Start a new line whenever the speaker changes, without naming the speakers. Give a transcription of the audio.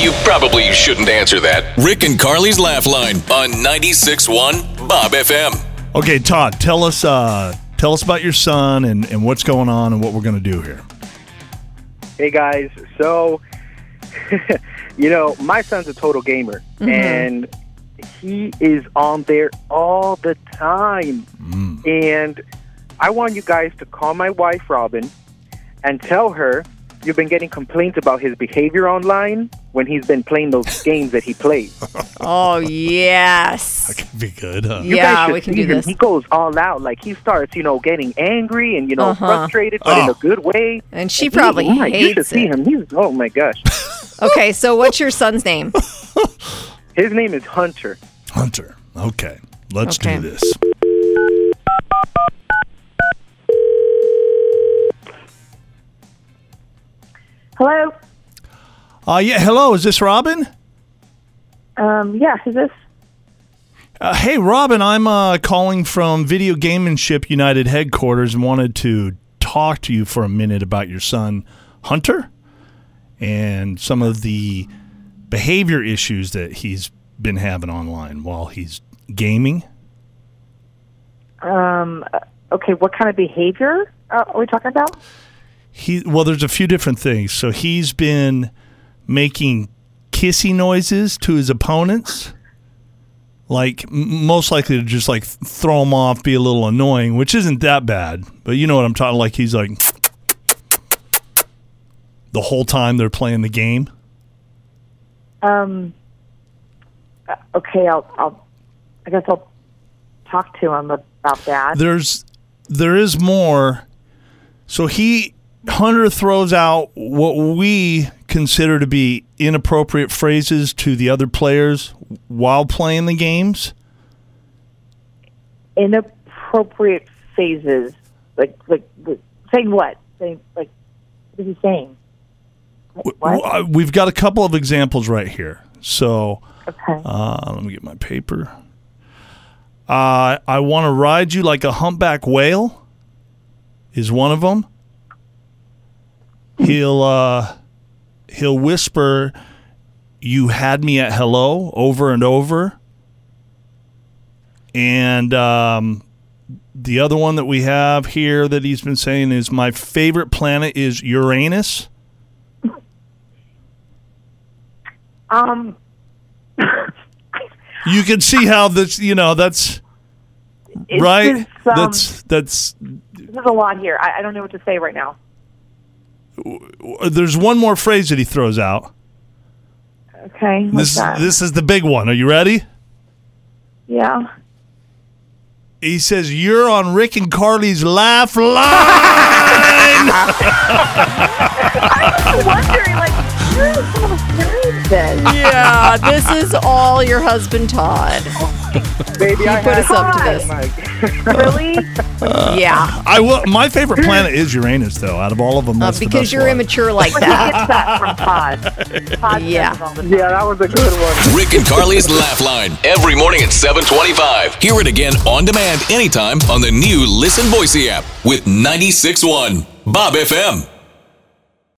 you probably shouldn't answer that. Rick and Carly's Laugh Line on 96.1 Bob FM.
Okay, Todd, tell us uh, tell us about your son and, and what's going on and what we're going to do here.
Hey guys, so you know my son's a total gamer,
Mm-hmm.
and he is on there all the time. And I want you guys to call my wife Robin and tell her you've been getting complaints about his behavior online when he's been playing those games that he plays.
Oh yes.
Could be good, huh?
You guys
Yeah,
should
we can
see
do
him.
this.
He goes all out, like he starts, you know, getting angry and you know
Uh-huh.
frustrated, but in
Oh.
a good way.
And she
He-
probably
oh my- You should
hates
see
it.
him. He's oh my gosh.
Okay, so what's your son's name?
His name is Hunter.
Hunter. Okay, let's
Okay.
do this.
Hello.
Uh, yeah, hello, is this Robin?
Um, yeah, is this?
Uh, hey, Robin, I'm uh, calling from Video Gamemanship United headquarters and wanted to talk to you for a minute about your son, Hunter, and some of the behavior issues that he's been having online while he's gaming.
Um, uh, okay, what kind of behavior uh, are we talking about?
He well, there's a few different things. So he's been making kissy noises to his opponents, like m- most likely to just like th- throw him off, be a little annoying, which isn't that bad. But you know what I'm talking? Like he's like the whole time they're playing the game.
Um, uh, okay, I'll, I'll, I guess I'll talk to him about that.
there's there is more. So he Hunter throws out what we consider to be inappropriate phrases to the other players while playing the games.
Inappropriate phases, like, like, like saying what? Saying like, what is he saying? Like,
W-
what?
uh, We've got a couple of examples right here. So
Okay.
uh, let me get my paper. Uh, I want to ride you like a humpback whale. Is one of them. He'll uh, he'll whisper, "You had me at hello" over and over. And um, the other one that we have here that he's been saying is, "My favorite planet is Uranus."
Um,
you can see how this you know that's
it's
right
just, um,
that's that's
there's a lot here. I, I don't know what to say right now.
there's one more phrase that he throws out
Okay. what's
this
that?
this is the big one are you ready
yeah.
he says you're on rick and carly's laugh line
I'm wondering, like, who is this?
Yeah, this is all your husband Todd.
Baby, I
put
had- Oh
us up to this.
My-
Really?
Yeah,
i will my favorite planet is uranus though out of all of them
uh,
that's the
because
best
you're
one.
immature like
Where
that.
he gets that from Todd. Todd says
Yeah.
it all the time.
yeah, that was a good one.
Rick and Carly's Laugh Line every morning at 725. Hear it again on demand anytime on the new Listen Boise app with 96.1 Bob FM.